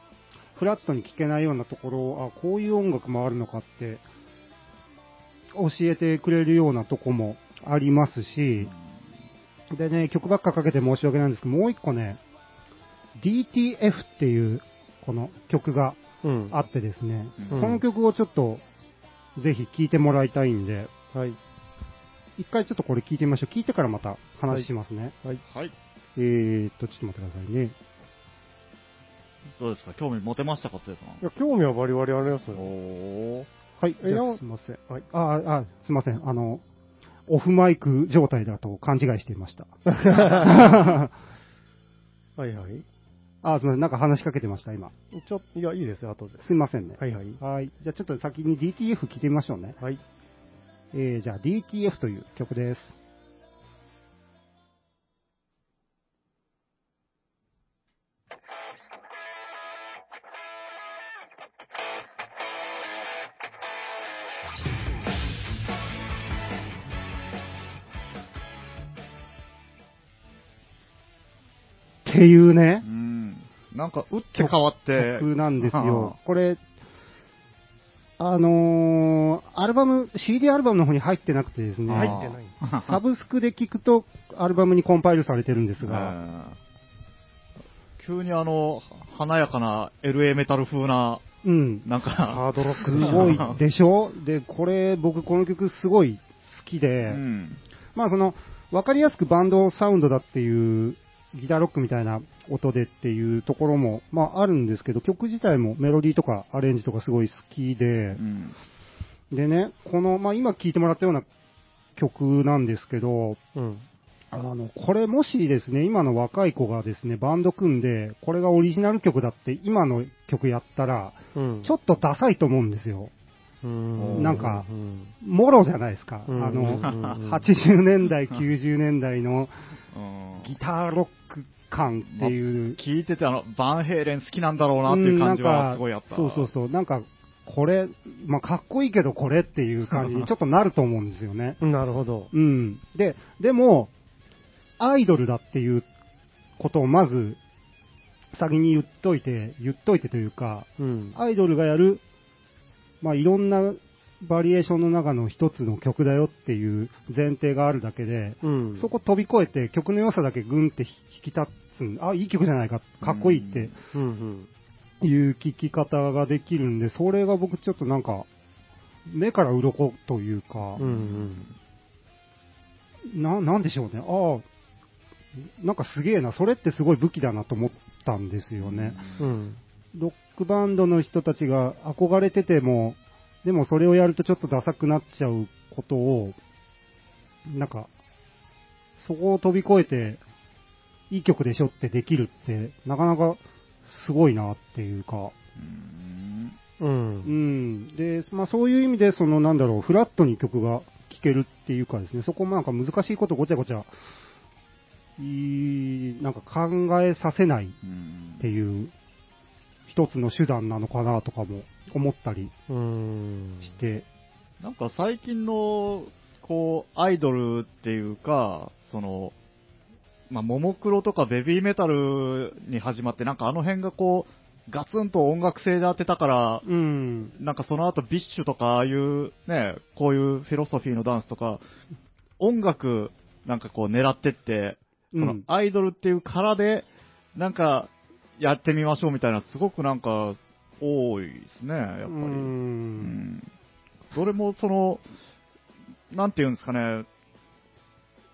A: フラットに聴けないようなところを、あ、こういう音楽もあるのかって、教えてくれるようなとこもありますし、でね、曲ばっかかけて申し訳ないんですけど、もう一個ね、DTF っていう、この曲が
C: うん。
A: あってですね、
B: うん
A: この曲をちょっと、ぜひ聴いてもらいたいんで、
C: はい。
A: 一回ちょっとこれ聞いてみましょう。聞いてからまた話しますね。
B: はい。
A: えーっと、ちょっと待ってくださいね。
B: どうですか興味持てましたか、つえ
C: い
B: さ
C: や、興味はバリバリあります
B: ん。
C: よ。
B: おー。
A: はい、
C: え
A: じゃ
C: な
A: あ
C: お
A: すいません。
C: はい。
A: ああ、あすいません。あの、オフマイク状態だと勘違いしていました。
C: はいはい。
A: あ、すいません。なんか話しかけてました、今。
C: ちょっと、いや、いいですよ、後で。
A: すいませんね。
C: はいはい。
A: はい。じゃあちょっと先に DTF 聞いてみましょうね。
C: はい。
A: えー、じゃあ DTF という曲です。っていうね
B: う、ん。なんか、打って変わって。
A: 曲なんです
B: は
A: よ。これ、あのーアルバム、CD アルバムの方に入ってなくてですね、
B: あ
C: 入ってない。
A: サブスクで聞くと、アルバムにコンパイルされてるんですが、
B: うん急にあの、華やかな LA メタル風な、
A: うん。
B: なん
C: ハ
B: か、
C: ードロッ
A: す
C: クだな
A: ごいでしょで、これ、僕この曲すごい好き
B: う
A: で、
B: ん。
A: まあその、わかりやすくバンドサウンドだっていう、ギターロックみたいな音でっていうところも、まああるんですけど、曲自体もメロディーとかアレンジとかすごい好きで、
B: うん
A: でね、この、まあ今聴いてもらったような曲なんですけど、
C: うん。
A: あの、これもしですね、今の若い子がですね、バンド組んで、これがオリジナル曲だって今の曲やったら、
C: うん。
A: ちょっとダサいと思うんですよ。
C: う
A: なんか
C: うん
A: もろじゃないですか。
C: うん
A: あの、
C: うん
A: 80年代、90年代の
B: うん
A: ギターロック感っていう。
B: 聞いてて、あの、バンヘイレン好きなんだろうなっていう感じはすごいあった。
A: うんなんかそうそうそう。なんか、これ、まあ、かっこいいけどこれっていう感じにちょっとなると思うんですよね。
C: なるほど。
A: うん。で、でも、アイドルだっていうことをまず、先に言っといて、言っといてというか、
C: うん。
A: アイドルがやる、まあ、いろんなバリエーションの中の一つの曲だよっていう前提があるだけで、
C: うん。
A: そこ飛び越えて曲の良さだけグンって引き立つん、あ、いい曲じゃないか、かっこいいって
C: うん
A: いう聴き方ができるんで、それが僕ちょっとなんか、目から鱗というか、
C: うん。うんうん。
A: な、なんでしょうね。ああ、なんかすげえな、それってすごい武器だなと思ったんですよね。
C: うん。
A: ロックバンドの人たちが憧れてても、でもそれをやるとちょっとダサくなっちゃうことを、なんか、そこを飛び越えて、いい曲でしょってできるって、なかなかすごいなっていうか、
B: うん
C: う。
A: うんん。で、まあそういう意味で、そのなんだろう、フラットに曲が聴けるっていうかですね、そこもなんか難しいことごちゃごちゃ、いい、なんか考えさせない
B: うん
A: っていう、一つの手段なのかなとかも思ったり
C: うん。
A: して、
B: なんか最近の、こう、アイドルっていうか、その、まあ、ももクロとかベビーメタルに始まって、なんかあの辺がこう、ガツンと音楽性で当てたから、
A: うん。
B: なんかその後ビッシュとか、ああいうね、こういうフィロソフィーのダンスとか、音楽、なんかこう狙ってって、
A: う
B: その
A: ん。
B: アイドルっていう殻で、なんかやってみましょうみたいな、すごくなんか多いですね、やっぱり。
A: うん。
B: それもその、なんていうんですかね、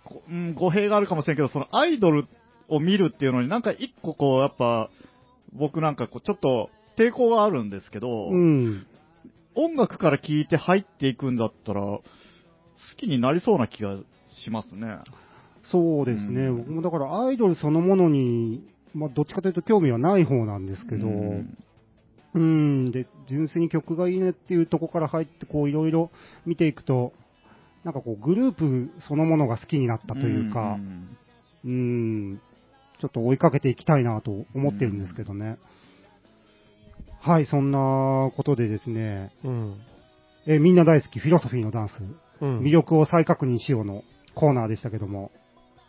B: こうん、語弊があるかもしれんけど、そのアイドルを見るっていうのになんか一個こう、やっぱ、僕なんかこう、ちょっと抵抗があるんですけど、
A: うん。
B: 音楽から聴いて入っていくんだったら、好きになりそうな気がしますね。
A: そうですね。
B: うん
A: 僕もだからアイドルそのものに、まあどっちかというと興味はない方なんですけど、
B: うん
A: うん、で、純粋に曲がいいねっていうとこから入って、こういろいろ見ていくと、なんかこうグループそのものが好きになったというか
B: う、
A: う
B: ん
A: ん、ちょっと追いかけていきたいなと思ってるんですけどね。はい、そんなことでですね、
C: うん。
A: えみんな大好きフィロソフィーのダンス、
C: うん。
A: 魅力を再確認しようのコーナーでしたけども、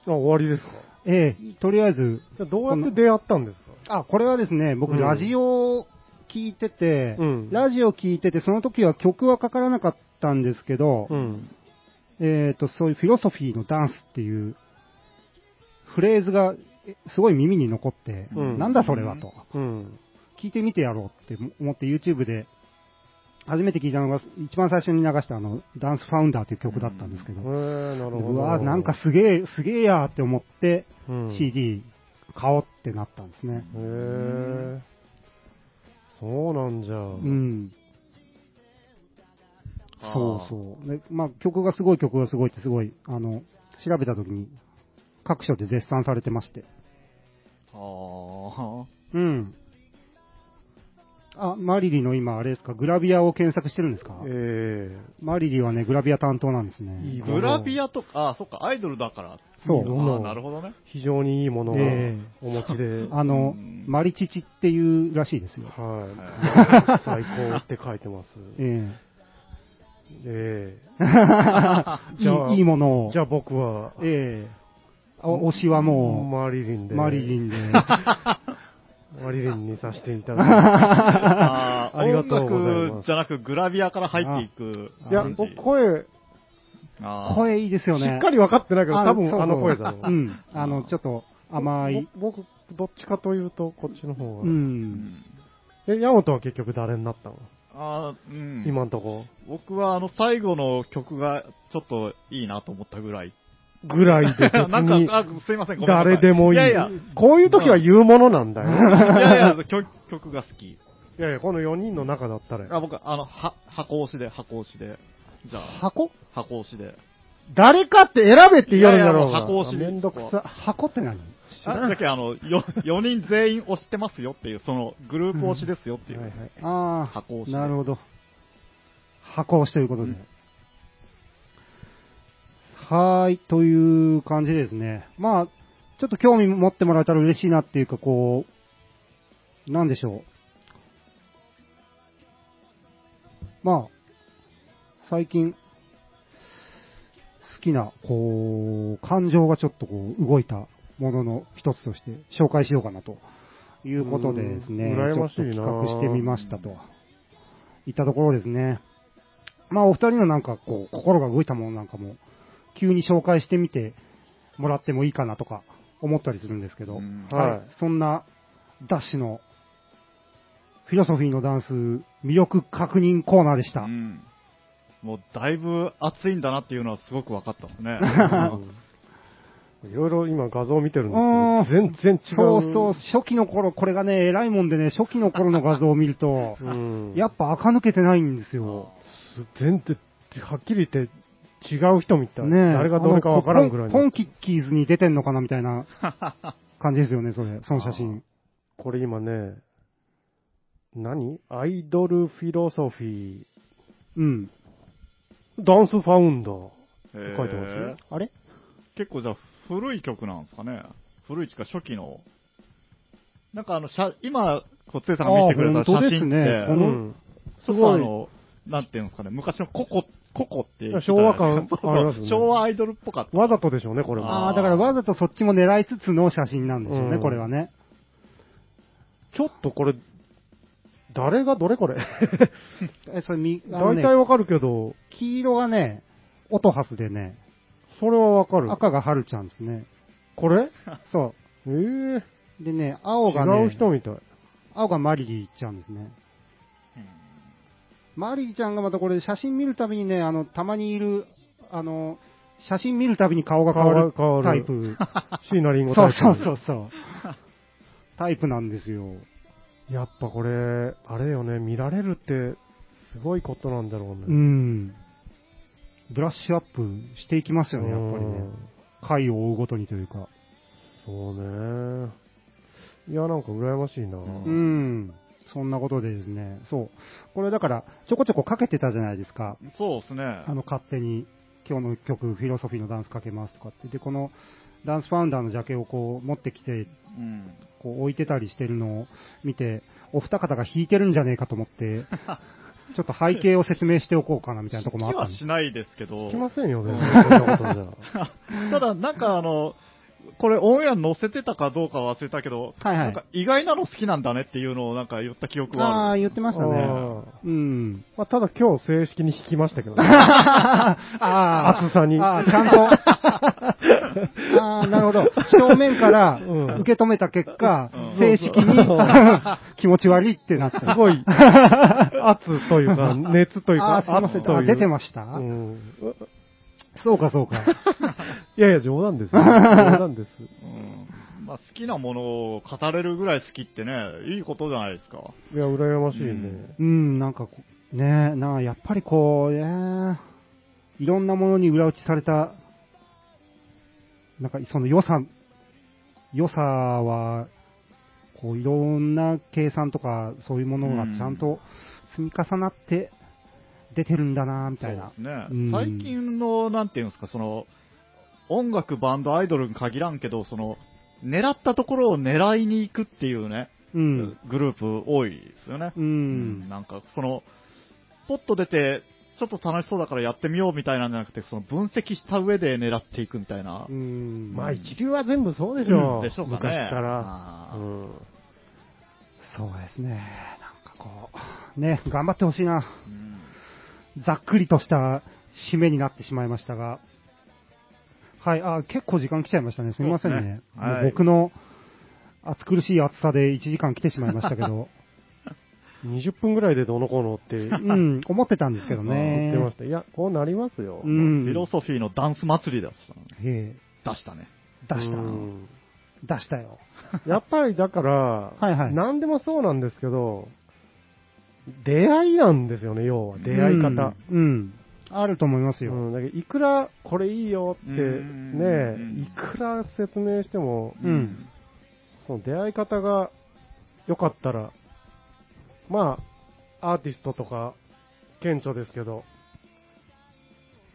C: あ、終わりですか。
A: えーとりあえず、
C: じゃあどうやって出会ったんですか
A: あ、これはですね、僕
C: うん
A: ラジオを聞いてて、
C: うん
A: ラジオ聞いてて、その時は曲はかからなかったんですけど、
C: うん。
A: えっ、と、そういうフィロソフィーのダンスっていうフレーズがえすごい耳に残って、
C: うん
A: なんだそれはと、
C: うん。
A: 聞いてみてやろうって思って YouTube で、初めて聞いたのが、一番最初に流したあの、ダンスファウンダーという曲だったんですけ
C: え
A: ど、
C: ー、なるほど。
A: うわなんかすげえ、すげえやーって思って、
C: うん、
A: CD 買おうってなったんですね。
C: へーそうなんじゃ。う
A: う。ん。
B: あー
A: そうそう。で、まあ、曲がすごい曲がすごいってすごい、あの、調べた時に、各所で絶賛されてまして。
B: あ
A: うん。あ、マリリの今、あれですか、グラビアを検索してるんですか
C: え
A: マリリはね、グラビア担当なんです
C: いい
A: ね。
B: ーグラビアとか、あ、そっか、アイドルだから。
A: そう
B: あーなるほどね
C: え。非常にいいものを
A: ええ
C: お持ち で、
A: あの、
B: うん
A: マリチチっていうらしいですよ。
C: はい。最高って書い てます。
A: え
C: え
A: え
C: じゃあ
A: いいいいもの
C: え
A: を。
C: じゃあ僕は、
A: ええあ推しはも
C: マリリン
A: う、
C: で、
A: マリリ
C: ン。
A: ンで。
C: マリリンにさせていただ
B: あー
C: ありがとうございます
B: 音楽じゃなくグラビアから入っていく
C: い
B: 感
C: て。
B: じ。
C: いや、僕声、
B: あー
A: 声いいですよ
C: し
A: ね。
C: っかり分かってないけど、多
A: そうそ
C: 分
A: う
C: あの声だろ
A: う。ん。あの、ちょっと 甘い。
C: ぼ僕、どっちかというと、こっちの方
A: う。
C: が。
B: うんん
C: え、ヤモトは結局誰になったの
B: あーうん、
C: 今んとこ。
B: 僕はあの最後の曲がちょっといいなと思ったぐらい。
C: ぐらいで別
B: なんか
C: に、、
B: あすいません、ごめんなさい。
C: 誰でもいい
B: いやいや、い。
C: こういう時は言うものなんだよ。
B: やいや、曲曲が好き。
C: いやいや、この4人の中だったらよ。
B: あ僕、あの、は、箱押しで、箱押しで。じゃあ、
C: 箱
B: 箱押しで。
C: 誰かって選べって言われるんだろう
B: いやいやもう箱押しで
C: めんどくさ。
A: 箱って何
B: あだけどあの、よ、4人全員押してますよっていう、その、グループ押しですよっていう。
C: はいはい
A: ああ
B: 箱、押し
A: なるほど。箱押しということで。
B: うん
A: はーい、という感じですね。まあ、ちょっと興味持ってもらえたら嬉しいなっていうか、こう、なんでしょう。まあ、最近、好きな、こう、感情がちょっとこう、動いたものの一つとして紹介しようかなということでですね、
C: うん羨ましいな
A: ちょっと企画してみましたと。いったところですね。まあお二人のなんかこう、心が動いたものなんかも、急に紹介してみてもらってもいいかなとか思ったりするんですけど、
B: うん
A: はい、
C: はい
A: そんなダッシュのフィロソフィーのダンス魅力確認コーナーでした。
B: うんもうだいぶ暑いんだなっていうのはすごく分かったですね。
C: いろいろ今画像を見てるん
A: うん
C: ですけど、全然違う。
A: そうそう、初期の頃、これがね、偉いもんでね、初期の頃の画像を見ると、
C: うん。
A: やっぱ垢抜けてないんですよ。
C: 全然、はっきり言って違う人みたい。
A: ねえ
C: 誰がどれかわからんぐらい
A: あのポ
C: の
A: ンポンキッキーズに出てんのかなみたい な感じですよね、それ、その写真。
C: これ今ね、何アイドルフィロソフィー、
A: うん。
C: ダンスファウンダー。
B: へー
C: 書いてますよ
A: あれ
B: 結構じゃあ古い曲なんですかね。古いっていうか初期の。なんかあの、写今、こうつえさんが見せてくれた
A: あ本当
B: 写
A: です
B: 真って、
A: ね
C: う
A: この
C: ん。
B: そう
C: すごい
B: あの、なんていうんですかね、昔のココ、ココって言ってた
C: 昭和感
B: そうそう
C: ありますよね
B: 昭和アイドルっぽかった。
C: わざとでしょうね、これも。
A: あ
B: あー
A: あ、だからわざとそっちも狙いつつの写真なんでしょうね、
C: うん
A: これはね。
C: ちょっとこれ、誰がどれ これ
A: え、それみ、あの
C: 大
A: ね
C: 体わかるけど、
A: 黄色がね、オトハスでね、
C: それはわかる。
A: 赤がハルちゃんですね。
C: これ
A: そ
C: ええー、
A: う。でね、青が
C: 違う
A: ね、
C: 人みたい。
A: 青がマリリーちゃんですね。マリリちゃんがまたこれ写真見るたびにね、あの、たまにいる、あの、写真見るたびに顔が変わる
C: 顔が
A: タ
C: 変
A: イ
C: わる
A: プ。
C: 椎名林 檎
A: そ
C: タイ
A: う
C: プ
A: そうそうそう。タイプなんですよ。
C: やっぱこれ、あれよね、見られるって、すごいことなんだろうね。
A: うん。ブラッシュアップしていきますよね、やっぱり
C: う
A: ね
C: ん。
A: 回を追うごとにというか。
C: そうね。いや、なんか羨ましいな。
A: う。
B: んうん
A: そんなことでですね、そう。これだから、ちょこちょこかけてたじゃないですか。
B: そうですね。
A: あの、勝手に今日の曲、フィロソフィーのダンスかけますとかって。で、このダンスファウンダーのジャケをこう持ってきて
B: うん。
A: こう置いてたりしてるのを見て、お二方が弾いてるんじゃねえかと思 って、ちょっと背景を説明しておこうかなみたいなとこ
B: 気
A: もあった
B: は
A: んです
B: し。ないですけど
C: 聞き、ませんよね、
B: うん
C: そんなことじ ゃ。
B: ただなんかあの、これオンエア載せてたかどうかは忘れたけど、
A: はいは
B: なん
A: い
B: か。意外なの好きなんだねっていうのをなんか言った記憶
A: あ
B: はあ
A: あ、
B: る。
A: 言ってましたね。
C: あー
A: うん。
C: まあ、ただ今日正式に弾きましたけどね。
A: あ
C: 厚さ
A: ー
C: に。
A: あー、ちゃん と。ああ、なるほど。正面から
C: うん
A: 受け止めた結果
B: う、ん
A: 正式 に気持ち悪いってなった。
C: すごい、圧とい うか、熱というか、
A: あーすいま
C: 圧
A: せん。
C: とい
A: あ
C: う。
A: 出てました
C: うん
A: そうかそう か。
C: いやいや、冗談ですよ。冗談です。
B: うんまあ、好きなものを語れるぐらい好きってね、いいことじゃないですか。
C: いや、羨ましいね。
B: うん
A: うん、なんかこう、ねえ、なあ、やっぱりこう、ねえいろんなものに裏打ちされた、なんかその良さ、良さは、こういろんな計算とかそういうものがちゃんと積み重なって出てるんだなみたいな。
B: そうです
A: うん
B: ね。最近の、なんていうんですか、その、音楽、バンド、アイドルに限らんけど、その、狙ったところを狙いに行くっていうね、
A: うん。
B: グループ多いですよね。
A: う。
B: うんなんか、その、ポッと出て、ちょっと楽しそうだからやってみようみたいなんじゃなくて、その分析した上で狙っていくみたいな。
A: うん。
C: まあ、一流は全部そうでしょう。
B: でしょうかね。
C: 昔から。
B: あ
C: う
B: ー
C: ん。
A: そうですね。なんかこう、ね、頑張ってほしいな。
B: うん
A: ざっくりとした締めになってしまいましたが、はい、あ結構時間来ちゃいましたね、すみませんね。
B: そうですねはい
A: もう僕の暑苦しい暑さで1時間来てしまいましたけど、
C: 20分ぐらいでどうのこうのって
A: うん、思ってたんですけど
C: 言
A: ね。
C: ってました。いや、こうなりますよ。
A: う
B: フ
A: ん、
B: ィロソフィーのダンス祭りだったね
A: ええ
B: 出したね。
A: 出した
C: う
A: の、
C: ん
A: 出したよ。
C: やっぱりだから、
A: はいはい
C: 何でもそうなんですけど、出会いなんですよね、要は。出会い方。
A: うん、うんあると思いますよ。
C: うん、だけどいくらこれいいよ
B: う
C: って
B: ん
C: ね
B: うん、
C: いくら説明しても、
A: うん
C: その出会い方が良かったら、まあ、アーティストとか顕著ですけど、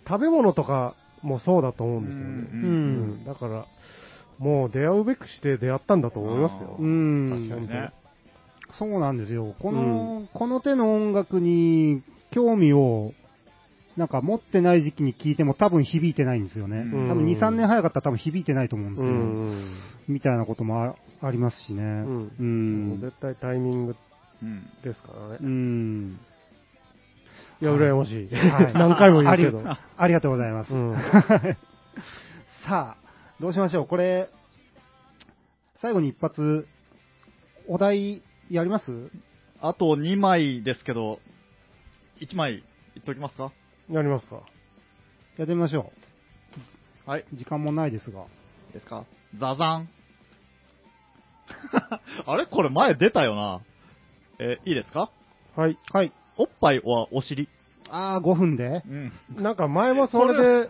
C: 食べ物とかもそうだと思うんですよね。
A: う
C: うん
A: ん、
C: だから、もう出会うべくして出会ったんだと思いますよ。
A: う、
B: うん確かにね。
A: そうなんですよ。この、この手の音楽に興味をなんか持ってない時期に聞いても多分響いてないんですよね。
B: うん
A: 多分2、3年早かったら多分響いてないと思うんです
C: う
A: よ。
C: ん。
A: みたいなこともあありますしね。うん。う
C: うん。
A: ん。
C: 絶対タイミング
B: うん。
C: ですから
A: う
C: ね。
A: ん、
C: いや、羨ましい。
A: はい
C: 何回も言うけど。
A: あありがとうございます。
C: うん。
A: さあ、どうしましょう。これ、最後に一発、お題やります
B: あと2枚ですけど、1枚いっときますか
C: やりますか。
A: やってみましょ
B: はい。
A: う。時間もないですが。
B: ですかザザン。 あれこれ前出たよな。えーいいですか
C: はい。
A: はい。
B: おっぱいはお尻。
A: ああ、5分 で
B: うん。
C: なんか前はそれで、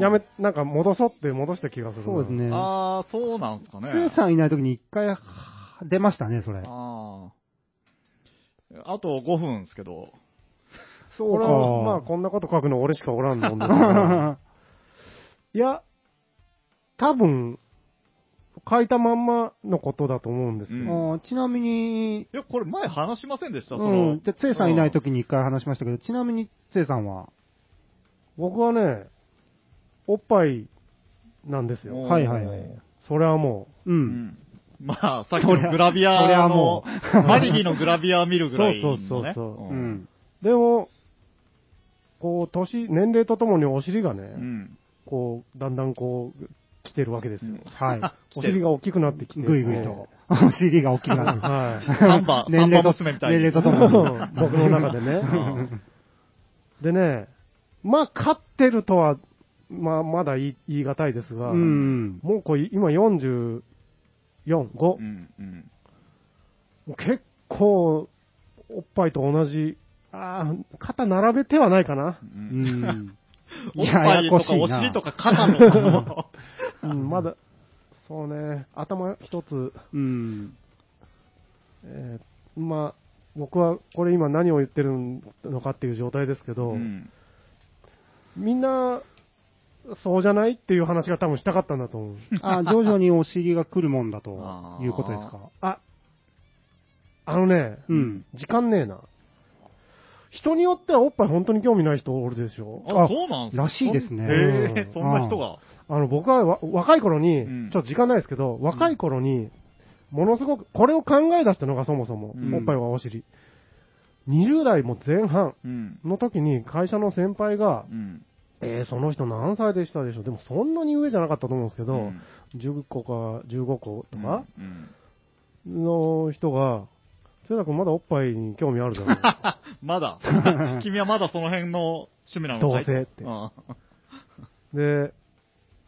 C: やめ、なんか戻そうって戻した気がするな。
A: そうですね。
B: あー、そうなんすかね。
A: スーさんいないときに一回は出ましたね、それ。
B: あーあと5分ですけど。
A: そ
C: これは、まあ、こんなこと書くの俺しかおらんもん だから。いや、多分、書いたまんまのことだと思うんです よ。
B: うん
A: あーちなみに、
B: いや、これ前話しませんでした、その。
A: うん、で、つえさんいないときに一回話しましたけど、ちなみにつえさんは、
C: 僕はね、おっぱいなんですよ。
B: おー
A: はいはいはい。
C: それはも
A: う。
B: うんん。まあ、さっきのグラビア
A: そりゃ
B: の
A: も、
B: マリリのグラビアを見るぐらいの、ね。
C: そうそうそうそう
A: う。ん。
C: う。でも、こう、年、年齢とともにお尻がね、
B: うん。
C: こう、だんだんこう、来てるわけですよ。
B: うん
A: はい。
C: お尻が大きくなってきて。
A: ぐいぐいと。 お尻が大きく なる。
C: はい。
B: ハンバ、ハンバ娘みたいに。
A: 年齢とと
C: 僕
A: もに。
C: の中でね。でね、まあ、勝ってるとは、まあ、まだ言い言い難いですが、
A: うん。
C: もうこれ今44、5、も
B: うん、うん。
C: う結構、おっぱいと同じ、ああ、肩並べてはないかな
B: う。
A: うんん。
B: おっぱいとかお尻とか肩 の、
C: うん、まだ、そうね、頭一つ、
A: うん。
C: えーまあ、僕はこれ今何を言ってるのかっていう状態ですけど、
B: うん
C: みんな、そうじゃないっていう話が多分したかったんだと思う。
A: あー徐々にお尻が来るもんだと
B: あー
A: いうことですか。
C: あ、あのね、
A: うん。
C: 時間ねえな。人によってはおっぱい本当に興味ない人おるでしょ
B: あ、そうなんす
A: らしいですね
B: へ
C: う
B: え、
C: ん
B: そんな人が。
C: あの、僕はわ若い頃に、
B: うん
C: ちょっと時間ないですけど、若い頃に、ものすごく、これを考え出したのがそもそも、
B: うん
C: おっぱいはお尻。20代も前半
B: うん。
C: の時に会社の先輩が、
B: うん。
C: えー、その人何歳でしたでしょうでもそんなに上じゃなかったと思うんですけど、
B: うん
C: 10個か15個とか
B: うん
C: の人が、つだくんまだおっぱいに興味あるだろう。
B: ま だ。君はまだその辺の趣味なのかい
C: どうせって
B: うん
C: で、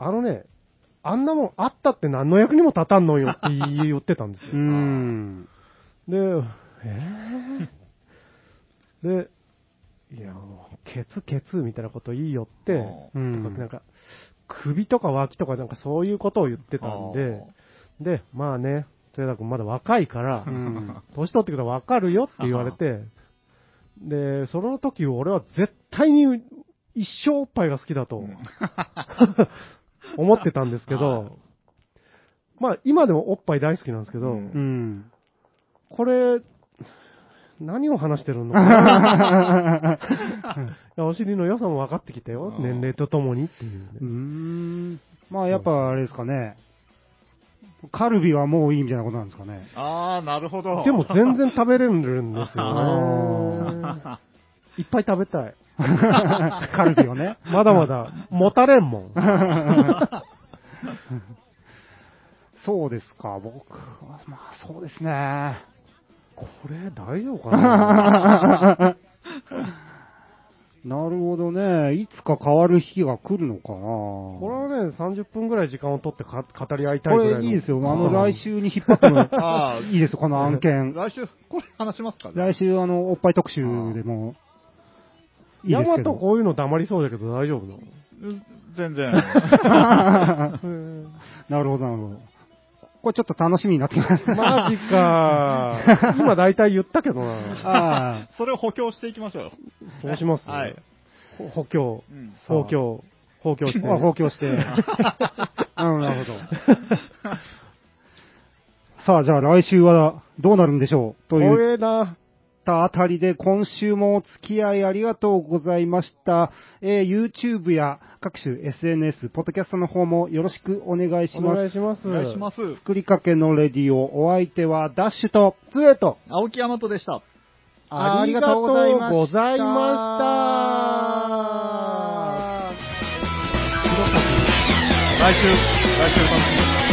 C: あのね、あんなもんあったって何の役にも立たんのよって言ってたんです
A: う
C: よ。
A: ん。
C: で、えー、で、いや、もうケツケツみたいなこと言いよって、
A: う
C: とかなん
A: ん。
C: か、首とか脇とかなんかそういうことを言ってたんで、で、まあね、豊田君まだ若いから、
A: うん
C: 年取ってくると分かるよって言われて、で、その時俺は絶対に一生おっぱいが好きだと、 思ってたんですけど、まあ今でもおっぱい大好きなんですけど、
B: うん
A: うん。
C: これ、何を話してるのかないやお尻の良さも分かってきたよ
B: あ。ー
C: 年齢とともにっていうね、
A: うーんまあやっぱあれですかね、カルビはもういいみたいなことなんですかね。
B: ああ、なるほど。
C: でも全然食べれるんですよね
A: あ。
C: いっぱい食べたい。
A: カルビをね。
C: まだまだ、持たれんもん。
A: そうですか、僕は、まあそうですね。
C: これ大丈夫かな
A: なるほどね。いつか変わる日が来るのかな。
C: これはね、30分ぐらい時間を取ってか語り合いたい
A: こ
C: ぐらいの
A: れいいですよ。あの、来週に引っ張っても
B: あー
A: いいですよ、この案件。
B: 来週、これ話しますか
A: 来
B: 週。
A: 週、あの、おっぱい特集でも、いいです
C: ヤ
A: け
C: マト
A: ど。
C: こういうの黙りそうだけど大丈夫なの
B: 全 然。
A: なるほど、なるほど。これちょっと楽しみになってきます。
C: マジ か。今大体言ったけどな。
A: ああ。
B: それを補強していきましょうよ。
C: そうします、
B: はい。
C: ほ補強
B: う。ん
C: 補強。補強して。
A: あ、補強して。なるほどなるほど。さあ、じゃあ来週はどうなるんでしょうとい
C: 怖
A: う
C: えな。
A: たあたりで今週もお付き合いありがとうございました。えー YouTube や各種 SNS、ポッドキャストの方もよろしくお願いし
C: お
A: ます
C: 願い。します。
B: お願いします。
A: 作りかけのレディオ、お相手はダッシュと、ツエと、
B: 青木大和でした。
A: ありがとうございました
C: ありがとうございました。
B: 来週、来週楽しみ。